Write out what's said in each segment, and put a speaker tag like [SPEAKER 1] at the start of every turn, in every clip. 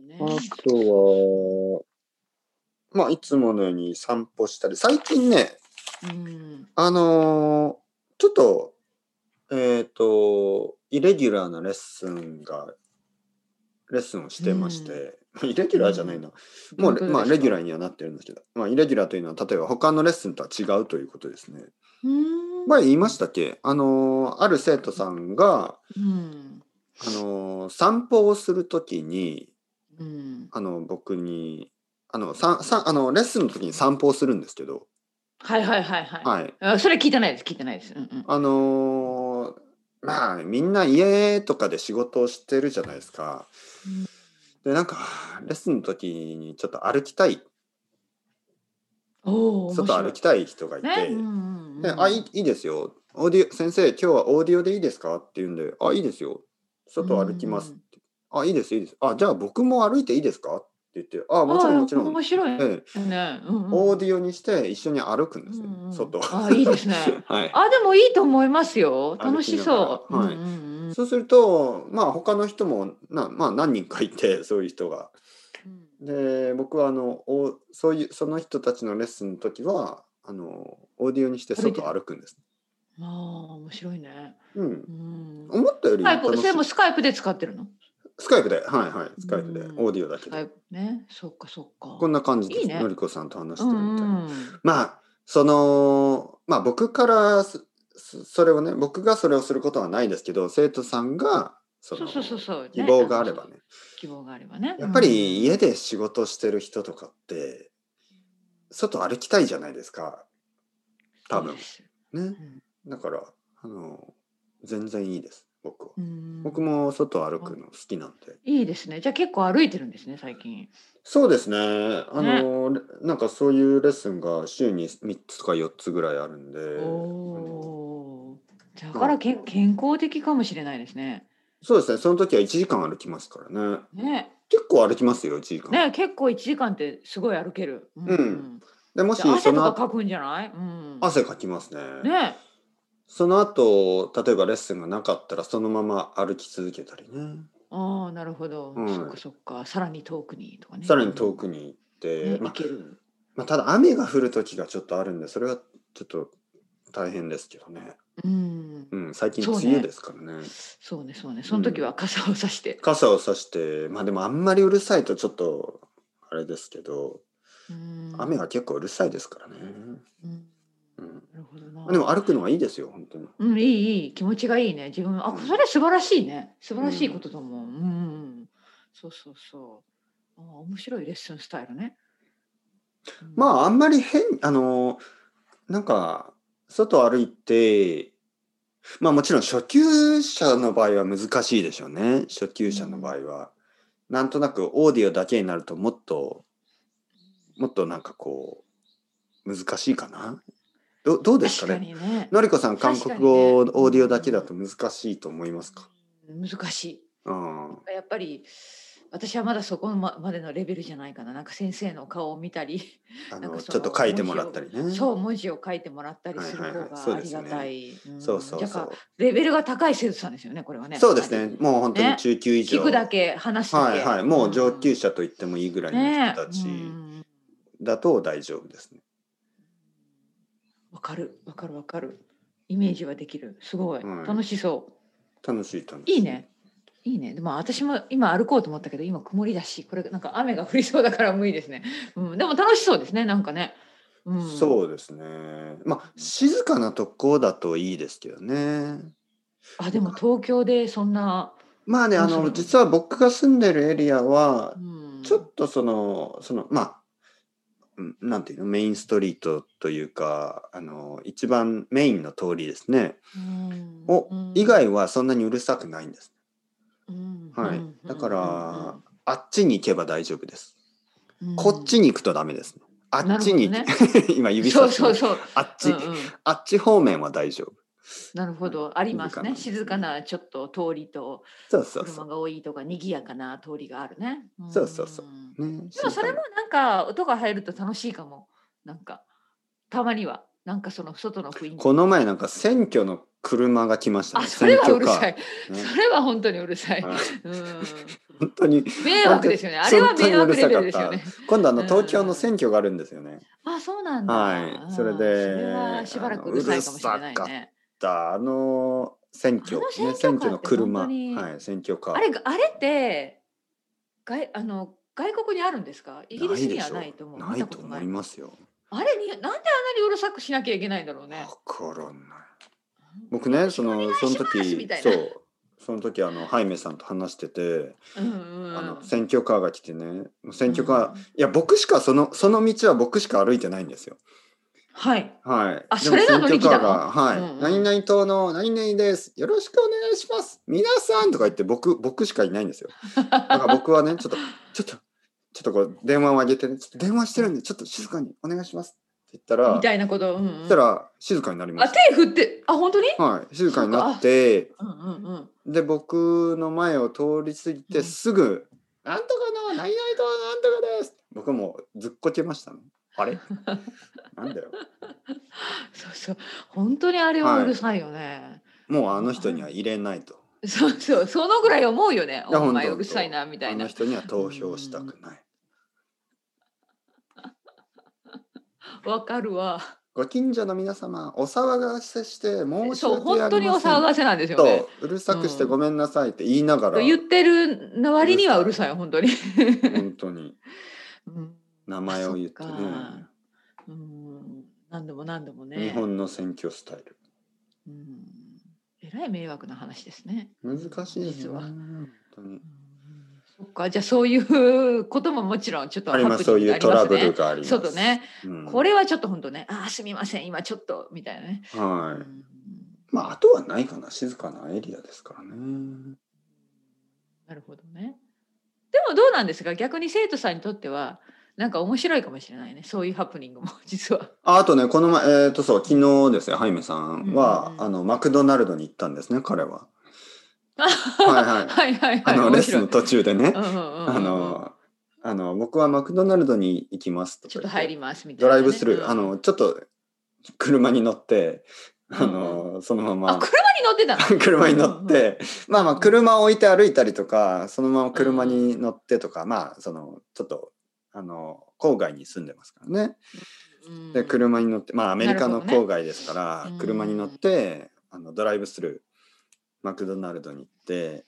[SPEAKER 1] ね
[SPEAKER 2] あとは、まあ、いつものように散歩したり、最近ね、
[SPEAKER 1] うん
[SPEAKER 2] あのーちょっと、えっ、と、イレギュラーなレッスンが、レッスンをしてまして、イレギュラーじゃないな。
[SPEAKER 1] どういうこ
[SPEAKER 2] もう、
[SPEAKER 1] とですか
[SPEAKER 2] まあ、レギュラーにはなってるんですけど、まあ、イレギュラーというのは、例えば他のレッスンとは違うということですね。
[SPEAKER 1] うん
[SPEAKER 2] 前言いましたっけあのーある生徒さんが、
[SPEAKER 1] うん
[SPEAKER 2] あのー散歩をするときに、
[SPEAKER 1] うん
[SPEAKER 2] あの、僕に、あの、さんさんあのレッスンの時に散歩をするんですけど、
[SPEAKER 1] はいはいはいはい、
[SPEAKER 2] はい。
[SPEAKER 1] あそれ聞いてないです聞いてないです、うんうん、
[SPEAKER 2] あのーまあみんな家とかで仕事をしてるじゃないですか。でなんかレッスンの時にちょっと歩きたい
[SPEAKER 1] おお
[SPEAKER 2] 外歩きたい人がいて
[SPEAKER 1] ね、
[SPEAKER 2] 「
[SPEAKER 1] うんうんうん
[SPEAKER 2] であいいいいですよオーディオ先生今日はオーディオでいいですか?」って言うんで「あいいですよ外歩きます」ってあいいですいいです」あ「じゃあ僕も歩いていいですか?」って言って「あもちろんもちろ
[SPEAKER 1] あ
[SPEAKER 2] ん」
[SPEAKER 1] 面白いね、
[SPEAKER 2] ええ
[SPEAKER 1] うんうん
[SPEAKER 2] オーディオにして一緒に歩くんですね、
[SPEAKER 1] うんうん
[SPEAKER 2] 外。
[SPEAKER 1] あいいですね
[SPEAKER 2] はい、
[SPEAKER 1] あでもいいと思いますよ楽しそう、
[SPEAKER 2] 歩きながらはい
[SPEAKER 1] うんうんうん
[SPEAKER 2] そうすると、まあ他の人もな、まあ、何人かいてそういう人が。で僕はあのおそういうその人たちのレッスンの時はあのオーディオにして外を歩くんです。
[SPEAKER 1] ああ面白いね、
[SPEAKER 2] うん
[SPEAKER 1] う、ん、
[SPEAKER 2] 思ったよ
[SPEAKER 1] ス
[SPEAKER 2] り
[SPEAKER 1] カイプ
[SPEAKER 2] 楽しい
[SPEAKER 1] それもスカイプで使ってるの
[SPEAKER 2] スカイプではいはいスカイプで
[SPEAKER 1] うん
[SPEAKER 2] オーディオだ
[SPEAKER 1] ス
[SPEAKER 2] け
[SPEAKER 1] カ
[SPEAKER 2] で
[SPEAKER 1] イプねそっかそっか
[SPEAKER 2] こんな感じです
[SPEAKER 1] いいね
[SPEAKER 2] のりこさんと話し
[SPEAKER 1] う
[SPEAKER 2] てるみ
[SPEAKER 1] ん
[SPEAKER 2] たいな。
[SPEAKER 1] うん
[SPEAKER 2] まあそのまあ僕からそそそれをね僕がそれをすることはないですけど生徒さんがそ
[SPEAKER 1] そ
[SPEAKER 2] の
[SPEAKER 1] うそうそうそう、ね
[SPEAKER 2] 希望があればね
[SPEAKER 1] 希望があればね
[SPEAKER 2] やっぱり
[SPEAKER 1] うん
[SPEAKER 2] 家で仕事してる人とかって外歩きたいじゃないですか多分
[SPEAKER 1] そうです
[SPEAKER 2] ね
[SPEAKER 1] ん
[SPEAKER 2] だからあの全然いいです僕は
[SPEAKER 1] うん
[SPEAKER 2] 僕も外歩くの好きなんで
[SPEAKER 1] いいですねじゃあ結構歩いてるんですね最近
[SPEAKER 2] そうですねあのなんかそういうレッスンが週に3つとか4つぐらいあるんで
[SPEAKER 1] お
[SPEAKER 2] あの
[SPEAKER 1] おーだからけ健康的かもしれないですね
[SPEAKER 2] そうですねその時は1時間歩きますからね
[SPEAKER 1] ね
[SPEAKER 2] 結構歩きますよ1時間、
[SPEAKER 1] ね結構1時間ってすごい歩ける、う
[SPEAKER 2] うんでもし
[SPEAKER 1] じゃあ
[SPEAKER 2] そ
[SPEAKER 1] 汗と
[SPEAKER 2] の
[SPEAKER 1] か
[SPEAKER 2] 後
[SPEAKER 1] かくんじゃない、うん、
[SPEAKER 2] 汗かきますね
[SPEAKER 1] ね
[SPEAKER 2] その後例えばレッスンがなかったらそのまま歩き続けたりね、
[SPEAKER 1] ああなるほど、
[SPEAKER 2] はい
[SPEAKER 1] そっかそっかさらに遠くにとかね
[SPEAKER 2] さらに遠くに行っ
[SPEAKER 1] ね
[SPEAKER 2] て、
[SPEAKER 1] 行
[SPEAKER 2] まあ
[SPEAKER 1] ける
[SPEAKER 2] まあ、ただ雨が降る時がちょっとあるんでそれはちょっと大変ですけどね、
[SPEAKER 1] うん
[SPEAKER 2] うん、最近
[SPEAKER 1] そう
[SPEAKER 2] 梅
[SPEAKER 1] ね
[SPEAKER 2] 雨ですからね
[SPEAKER 1] そうねそうねその時は傘をさして、
[SPEAKER 2] 傘をさしてまあでもあんまりうるさいとちょっとあれですけど
[SPEAKER 1] うん、
[SPEAKER 2] 雨が結構うるさいですからね、
[SPEAKER 1] うん
[SPEAKER 2] うん、
[SPEAKER 1] なるほど
[SPEAKER 2] ま
[SPEAKER 1] な
[SPEAKER 2] あでも歩くのはいいですよ本当に
[SPEAKER 1] うん、いいいい気持ちがいいね自分あ
[SPEAKER 2] うん
[SPEAKER 1] それ素晴らしいね素晴らしいことと思う、うんうんそうそうそうあ面白いレッスンスタイルね、あ
[SPEAKER 2] まああんまり変あのなんか外歩いてまあもちろん初級者の場合は難しいでしょうね初級者の場合は、なんとなくオーディオだけになるともっともっとなんかこう難しいかなどどうですか
[SPEAKER 1] 確か
[SPEAKER 2] ね
[SPEAKER 1] にね
[SPEAKER 2] のりこさん韓国語をオーディオだけだと難しいと思いますか、
[SPEAKER 1] 難しい
[SPEAKER 2] うん、
[SPEAKER 1] やっぱり私はまだそこままでのレベルじゃないかななんか先生の顔を見たり
[SPEAKER 2] あ
[SPEAKER 1] なん
[SPEAKER 2] の
[SPEAKER 1] かその
[SPEAKER 2] ちょっと書いてもらったりね
[SPEAKER 1] そう文字を書いてもらったりする
[SPEAKER 2] はい
[SPEAKER 1] 方
[SPEAKER 2] はいはい
[SPEAKER 1] が
[SPEAKER 2] そう
[SPEAKER 1] あ
[SPEAKER 2] で
[SPEAKER 1] り
[SPEAKER 2] すね
[SPEAKER 1] がたいん
[SPEAKER 2] そうそう
[SPEAKER 1] だか
[SPEAKER 2] そ
[SPEAKER 1] ら
[SPEAKER 2] う
[SPEAKER 1] レベルが高い生徒さんですよねこれはね
[SPEAKER 2] そうですねもう本当に
[SPEAKER 1] ね
[SPEAKER 2] 中級以上、
[SPEAKER 1] 聞くだけ話すだ
[SPEAKER 2] は
[SPEAKER 1] け
[SPEAKER 2] いはい、もう上級
[SPEAKER 1] 者
[SPEAKER 2] 者と言ってもいいぐらいの人たちだと大丈夫ですね。
[SPEAKER 1] わかるわかるわかるイメージはできるすごい、
[SPEAKER 2] はい
[SPEAKER 1] 楽しそ
[SPEAKER 2] 楽しい楽
[SPEAKER 1] う
[SPEAKER 2] しい。
[SPEAKER 1] いいねいいねでも私も今歩こうと思ったけど今曇りだしこれなんか雨が降りそうだから無理ですね、うん、でも楽しそうですねなんかね、うん、う
[SPEAKER 2] そうですね。まあ静かなとこだといいですけどね。
[SPEAKER 1] あでも東京でそんな、
[SPEAKER 2] まあね、あ
[SPEAKER 1] そうそ
[SPEAKER 2] の
[SPEAKER 1] う
[SPEAKER 2] 実は僕が住んでるエリアは
[SPEAKER 1] うん、
[SPEAKER 2] ちょっとそのそのまあうんなんていうのメインストリートというかあの一番メインの通りですね。
[SPEAKER 1] うん、
[SPEAKER 2] を
[SPEAKER 1] うん
[SPEAKER 2] 以、外はそんなにうるさくないんです。
[SPEAKER 1] うん
[SPEAKER 2] はい
[SPEAKER 1] うん
[SPEAKER 2] だからあっちに行けば大丈夫です。
[SPEAKER 1] うんうん
[SPEAKER 2] こっちに行くとダメですね。あっちに行
[SPEAKER 1] なる
[SPEAKER 2] け 今指
[SPEAKER 1] そ
[SPEAKER 2] さ
[SPEAKER 1] う
[SPEAKER 2] し
[SPEAKER 1] そう
[SPEAKER 2] て
[SPEAKER 1] そう、
[SPEAKER 2] あっち
[SPEAKER 1] うんうん
[SPEAKER 2] あっち方面は大丈夫。
[SPEAKER 1] なるほど、ありますね。
[SPEAKER 2] 静
[SPEAKER 1] 静
[SPEAKER 2] か
[SPEAKER 1] か
[SPEAKER 2] な
[SPEAKER 1] なちょっと通りと
[SPEAKER 2] そうそうそ
[SPEAKER 1] 車が多いとか賑やかな通りがあるね。
[SPEAKER 2] そうそうそうんう。ね、
[SPEAKER 1] でもそれもなんか音が入ると楽しいかも。なんかたまにはなんかその外の雰囲気。
[SPEAKER 2] この前なんか選挙の車が来ました、
[SPEAKER 1] あそれはうる
[SPEAKER 2] カー
[SPEAKER 1] さい、
[SPEAKER 2] ね
[SPEAKER 1] それは本当にうるさい、
[SPEAKER 2] はい
[SPEAKER 1] うん、
[SPEAKER 2] 本当に
[SPEAKER 1] 迷惑ですよ ねあれは迷惑レベルですよね
[SPEAKER 2] 今度あの
[SPEAKER 1] うん
[SPEAKER 2] 東京の選挙があるんですよね。
[SPEAKER 1] あそうなんだ、
[SPEAKER 2] はいそれ
[SPEAKER 1] うん
[SPEAKER 2] で
[SPEAKER 1] それはしばらくうるさいかもしれない
[SPEAKER 2] あのうるさかっ
[SPEAKER 1] ね
[SPEAKER 2] だあの選挙
[SPEAKER 1] あの
[SPEAKER 2] ね
[SPEAKER 1] 選
[SPEAKER 2] 選
[SPEAKER 1] 挙
[SPEAKER 2] 挙
[SPEAKER 1] カー
[SPEAKER 2] の
[SPEAKER 1] って
[SPEAKER 2] 車
[SPEAKER 1] 本当に
[SPEAKER 2] はい選挙カー
[SPEAKER 1] あれあれって外あの外国にあるんですかイギリスにはないと思う
[SPEAKER 2] な
[SPEAKER 1] 見
[SPEAKER 2] い
[SPEAKER 1] たこ
[SPEAKER 2] と
[SPEAKER 1] と
[SPEAKER 2] 思
[SPEAKER 1] ない
[SPEAKER 2] いますよ。
[SPEAKER 1] あれになんであんなにうるさくしなきゃいけないんだろうね
[SPEAKER 2] わからんない。僕ねそのその
[SPEAKER 1] ますみ
[SPEAKER 2] 時
[SPEAKER 1] たいな
[SPEAKER 2] そうその時あのハイメさんと話してて、
[SPEAKER 1] うんうん
[SPEAKER 2] あの選挙カーが来てねもう選挙カー、
[SPEAKER 1] うん
[SPEAKER 2] いや僕しかそのその道は僕しか歩いてないんですよ。
[SPEAKER 1] はい
[SPEAKER 2] はい。
[SPEAKER 1] あ
[SPEAKER 2] で
[SPEAKER 1] そ
[SPEAKER 2] も
[SPEAKER 1] れなの
[SPEAKER 2] 選挙カ
[SPEAKER 1] 力
[SPEAKER 2] ーが、はい、
[SPEAKER 1] うんうん
[SPEAKER 2] 何々党の何々です。よろしくお願いします。皆さんとか言って、僕、僕しかいないんですよ。だから僕はね、ちょっと、ちょっと、ちょっとこう、電話を上げてね、ちょっと電話してるんで、ちょっと静かにお願いしますって言ったら、
[SPEAKER 1] みたいなこと、うんうん
[SPEAKER 2] そしたら、静かになりま
[SPEAKER 1] あ
[SPEAKER 2] した。
[SPEAKER 1] 手振ってあ本当に
[SPEAKER 2] はい、静かになって、
[SPEAKER 1] うんうんうん
[SPEAKER 2] で、僕の前を通り過ぎ
[SPEAKER 1] う
[SPEAKER 2] て
[SPEAKER 1] ん
[SPEAKER 2] すぐ、なんとかの、何々党のなんとかです。僕もうずっこけましたね。あれ なんだよ。
[SPEAKER 1] そうそう本当にあれはうるさいよね、
[SPEAKER 2] もうあの人には入れないと。
[SPEAKER 1] そうそうそのぐらい思うよね
[SPEAKER 2] いや
[SPEAKER 1] お前
[SPEAKER 2] 本当
[SPEAKER 1] うるさいなみたい
[SPEAKER 2] あ
[SPEAKER 1] な
[SPEAKER 2] の人には投票したくない。
[SPEAKER 1] わかるわ
[SPEAKER 2] ご近所の皆様、お騒がせして申し
[SPEAKER 1] そう
[SPEAKER 2] 訳ありません。
[SPEAKER 1] 本当にお騒がせなんですよね
[SPEAKER 2] と、うるさくしてごめんなさいって言いながら、
[SPEAKER 1] 言ってるの割にはうるさい本当に、
[SPEAKER 2] 本当に
[SPEAKER 1] うん
[SPEAKER 2] 名前を言ってね
[SPEAKER 1] そっかうん、何度も何度もね
[SPEAKER 2] 日本の選挙スタイル。
[SPEAKER 1] うん、えらい迷惑な話ですね、
[SPEAKER 2] 難しいですよね。
[SPEAKER 1] 実
[SPEAKER 2] 本当に
[SPEAKER 1] うんそっかじゃあそういうことももちろんちょっと
[SPEAKER 2] あります、そういうトラブルがあります。
[SPEAKER 1] そうとね、
[SPEAKER 2] うん
[SPEAKER 1] これはちょっと本当ねあーすみません今ちょっとみたいなね、
[SPEAKER 2] は
[SPEAKER 1] うん
[SPEAKER 2] い。まあ、あとはないかな。静かなエリアですからね。
[SPEAKER 1] なるほどね。でもどうなんですか逆に生徒さんにとってはなんか面白いかもしれないねそういうハプニングも 実は。
[SPEAKER 2] ああとね、この前、えっ、と、そう、昨日ですね、ハイメさん
[SPEAKER 1] うんう、
[SPEAKER 2] は
[SPEAKER 1] んうん
[SPEAKER 2] あの、マクドナルドに行ったんですね、彼は。
[SPEAKER 1] はい
[SPEAKER 2] はい
[SPEAKER 1] はいはいは
[SPEAKER 2] あ
[SPEAKER 1] い。
[SPEAKER 2] の、レッスンの
[SPEAKER 1] 面
[SPEAKER 2] 途中でね
[SPEAKER 1] 白い、うんうんうんうん
[SPEAKER 2] あの、あの、僕はマクドナルドに行きますと
[SPEAKER 1] ちょ
[SPEAKER 2] か
[SPEAKER 1] っと
[SPEAKER 2] 言って
[SPEAKER 1] 入りますみた
[SPEAKER 2] ド
[SPEAKER 1] いなね、
[SPEAKER 2] ライブスルー、あ
[SPEAKER 1] うん
[SPEAKER 2] の、ちょっと、車に乗って、あ
[SPEAKER 1] う
[SPEAKER 2] の、そのま
[SPEAKER 1] あ
[SPEAKER 2] ま、
[SPEAKER 1] 車に乗ってたの
[SPEAKER 2] 車に乗っ、て、まあまあ、車を置いて歩いたりとか、そのまま車に乗ってとか、まあ、その、ちょっと、あの、郊外に住んでますからね。
[SPEAKER 1] うんうんうん
[SPEAKER 2] で車に乗ってまあアメリカ
[SPEAKER 1] なる
[SPEAKER 2] の
[SPEAKER 1] ほどね
[SPEAKER 2] 郊外ですから、
[SPEAKER 1] うん
[SPEAKER 2] 車に乗ってあのドライブスルーマクドナルドに行って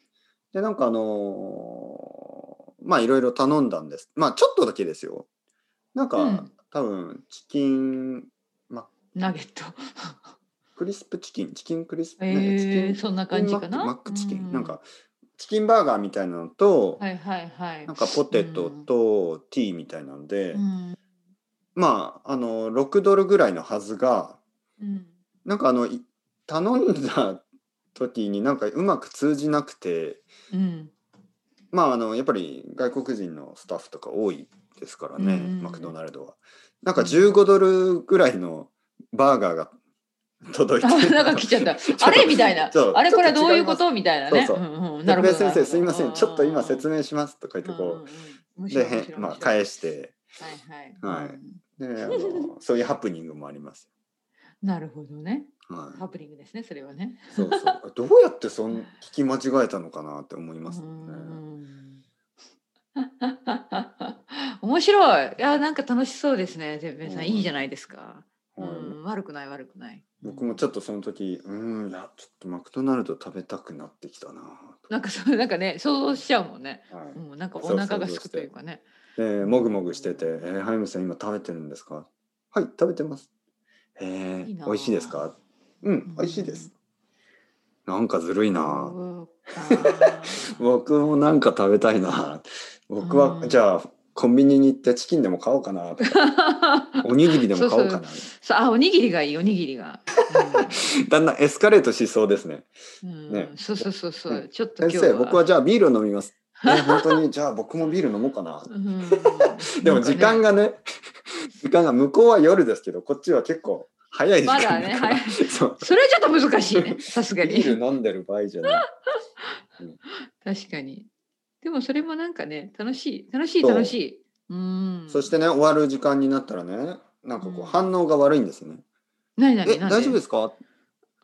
[SPEAKER 2] でなんかあのーまあいろいろ頼んだんですまあちょっとだけですよなんか、
[SPEAKER 1] うん
[SPEAKER 2] 多分チキン
[SPEAKER 1] ナゲット。
[SPEAKER 2] クリスプチキンチキンクリスプ、
[SPEAKER 1] えー
[SPEAKER 2] チキン
[SPEAKER 1] そんな感じかな
[SPEAKER 2] マックマックチキン、
[SPEAKER 1] うん
[SPEAKER 2] なんかチキンバーガーみたいなのと、
[SPEAKER 1] はいはいはい
[SPEAKER 2] なん。かポテトとティーみたいなので、
[SPEAKER 1] うん
[SPEAKER 2] まああの6ドルぐらいのはずが
[SPEAKER 1] うん
[SPEAKER 2] なんかあのい頼んだ時になんかうまく通じなくて
[SPEAKER 1] うん
[SPEAKER 2] まああのやっぱり外国人のスタッフとか多いですからね、
[SPEAKER 1] うん
[SPEAKER 2] マクドナルドは。なんか15ドルぐらいのバーガーが届い
[SPEAKER 1] あ
[SPEAKER 2] て
[SPEAKER 1] なんか来ちゃ った。あれみたいな
[SPEAKER 2] そう。
[SPEAKER 1] あれこれはどういうこ
[SPEAKER 2] ちょっ
[SPEAKER 1] とみたいなね。
[SPEAKER 2] そうそうん
[SPEAKER 1] うん
[SPEAKER 2] と
[SPEAKER 1] な
[SPEAKER 2] 違
[SPEAKER 1] る
[SPEAKER 2] い
[SPEAKER 1] ほ
[SPEAKER 2] ます
[SPEAKER 1] ど
[SPEAKER 2] 特別先生すいませんちょっと今説
[SPEAKER 1] 明
[SPEAKER 2] 明しますとか言って
[SPEAKER 1] うん
[SPEAKER 2] こ
[SPEAKER 1] うんうん。
[SPEAKER 2] う
[SPEAKER 1] で
[SPEAKER 2] でへんまあ返して
[SPEAKER 1] はいはい。
[SPEAKER 2] はい
[SPEAKER 1] うん
[SPEAKER 2] であ のそういうハプニングもあります。
[SPEAKER 1] なるほどね。
[SPEAKER 2] は
[SPEAKER 1] ハプニングですね、それはね。
[SPEAKER 2] い、そうそうどうやってそん聞き間違えたのかなって思います
[SPEAKER 1] う
[SPEAKER 2] ね。
[SPEAKER 1] ん面白い。いや、なんか楽しそうですね。全平さ、
[SPEAKER 2] うんん
[SPEAKER 1] いいじゃないですか。う
[SPEAKER 2] はい
[SPEAKER 1] ん、悪くない、悪くない。
[SPEAKER 2] 僕もちょっとその時うんいやちょっとマクドナルド食べたくなってきたな
[SPEAKER 1] なんか、そう、なんかね、想像しちゃうもんね。
[SPEAKER 2] と、は
[SPEAKER 1] う
[SPEAKER 2] い
[SPEAKER 1] ん、なんか
[SPEAKER 2] そ
[SPEAKER 1] お
[SPEAKER 2] う
[SPEAKER 1] 腹が空
[SPEAKER 2] 想像
[SPEAKER 1] く
[SPEAKER 2] し
[SPEAKER 1] と
[SPEAKER 2] て
[SPEAKER 1] いうかね。
[SPEAKER 2] でもぐもぐしてて、えーハイムさん今食べてるんですかはい食べてますえー、
[SPEAKER 1] いいなあ
[SPEAKER 2] 美味しいですかうん美味しいです、なんかずるいな
[SPEAKER 1] そうか
[SPEAKER 2] 僕 もなんか食べた いな僕は、
[SPEAKER 1] うん
[SPEAKER 2] じゃあコンビニに行ってチキンでも買おう かなとかおにぎりでも買おうかな
[SPEAKER 1] そうあ、おにぎりがいい、おにぎりが。
[SPEAKER 2] だんだんエスカレートしそうですね
[SPEAKER 1] うん、
[SPEAKER 2] ね
[SPEAKER 1] うんそうそうそうそう、
[SPEAKER 2] ね
[SPEAKER 1] ちょっと今
[SPEAKER 2] 先
[SPEAKER 1] 日
[SPEAKER 2] 生僕はじゃあビール飲み ますえ
[SPEAKER 1] は
[SPEAKER 2] ー本当にじゃあ僕もビール飲もう かな
[SPEAKER 1] うん
[SPEAKER 2] でも時間
[SPEAKER 1] が
[SPEAKER 2] がね 時間が向こうは夜ですけどこっちは結構早い時間だから、
[SPEAKER 1] まだね早い
[SPEAKER 2] そう
[SPEAKER 1] それはちょっと難し いねさすがに
[SPEAKER 2] ビール飲んでる場合じゃない
[SPEAKER 1] 確かにでもそれもなんかね楽しい楽しい
[SPEAKER 2] そう
[SPEAKER 1] 楽しいうん
[SPEAKER 2] そしてね終わる時間になったらねなんかこ
[SPEAKER 1] うん
[SPEAKER 2] う反応が悪いんですね、
[SPEAKER 1] 何何
[SPEAKER 2] え
[SPEAKER 1] 何
[SPEAKER 2] 大丈夫ですか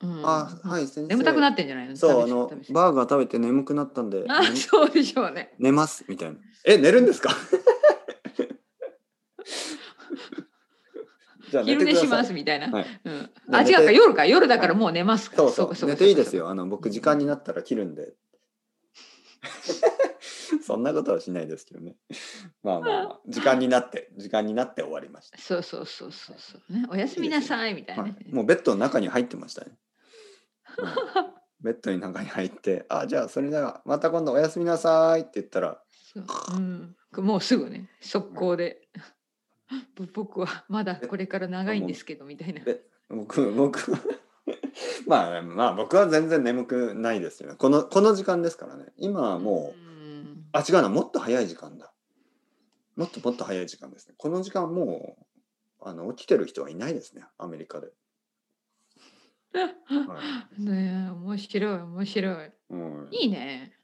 [SPEAKER 1] うん
[SPEAKER 2] あ、はい、先生。
[SPEAKER 1] 眠たくなってんじゃないの
[SPEAKER 2] そう、あ
[SPEAKER 1] 試し
[SPEAKER 2] の
[SPEAKER 1] 試、し
[SPEAKER 2] バーガー食べて眠くなったんで、
[SPEAKER 1] あ
[SPEAKER 2] 寝
[SPEAKER 1] そうでしょうね
[SPEAKER 2] 寝ます、みたいな。え、寝るんですか じゃあ寝
[SPEAKER 1] 昼
[SPEAKER 2] て
[SPEAKER 1] 寝
[SPEAKER 2] くだ
[SPEAKER 1] し
[SPEAKER 2] さ
[SPEAKER 1] ま
[SPEAKER 2] い
[SPEAKER 1] す。みたいな、
[SPEAKER 2] はい
[SPEAKER 1] うん、
[SPEAKER 2] ゃあ
[SPEAKER 1] あ
[SPEAKER 2] 寝て
[SPEAKER 1] 違うか夜か夜だからもう寝ますか
[SPEAKER 2] そ
[SPEAKER 1] ら、
[SPEAKER 2] うそう
[SPEAKER 1] かか
[SPEAKER 2] 寝ていいですよ。あの、僕、時間になったら切るんで。 そんなことはしないですけどね。まあまあ、ま あ、時間になって、時間になって終わりました。
[SPEAKER 1] そうそうそうそうそうねおやすみなさいみたいな
[SPEAKER 2] は
[SPEAKER 1] ね、
[SPEAKER 2] い、もうベッドの中に入ってましたね。 うんベッドの中に入って、あ、じゃあそれならまた今度おやすみなさいって言ったら、
[SPEAKER 1] そううん、もうすぐね速攻で ぼ僕はまだこれから長いんですけどみたいな
[SPEAKER 2] え僕、僕、 まあまあ僕は全然眠くないですよね。この、この時間ですからね。今はもう、
[SPEAKER 1] うん
[SPEAKER 2] あ、違うな、もっと早い時間だ。もっともっと早い時間ですね。この時間もう、あの、起きてる人はいないですね、アメリカで。はい
[SPEAKER 1] ねえ面白い面白い
[SPEAKER 2] うん
[SPEAKER 1] いいね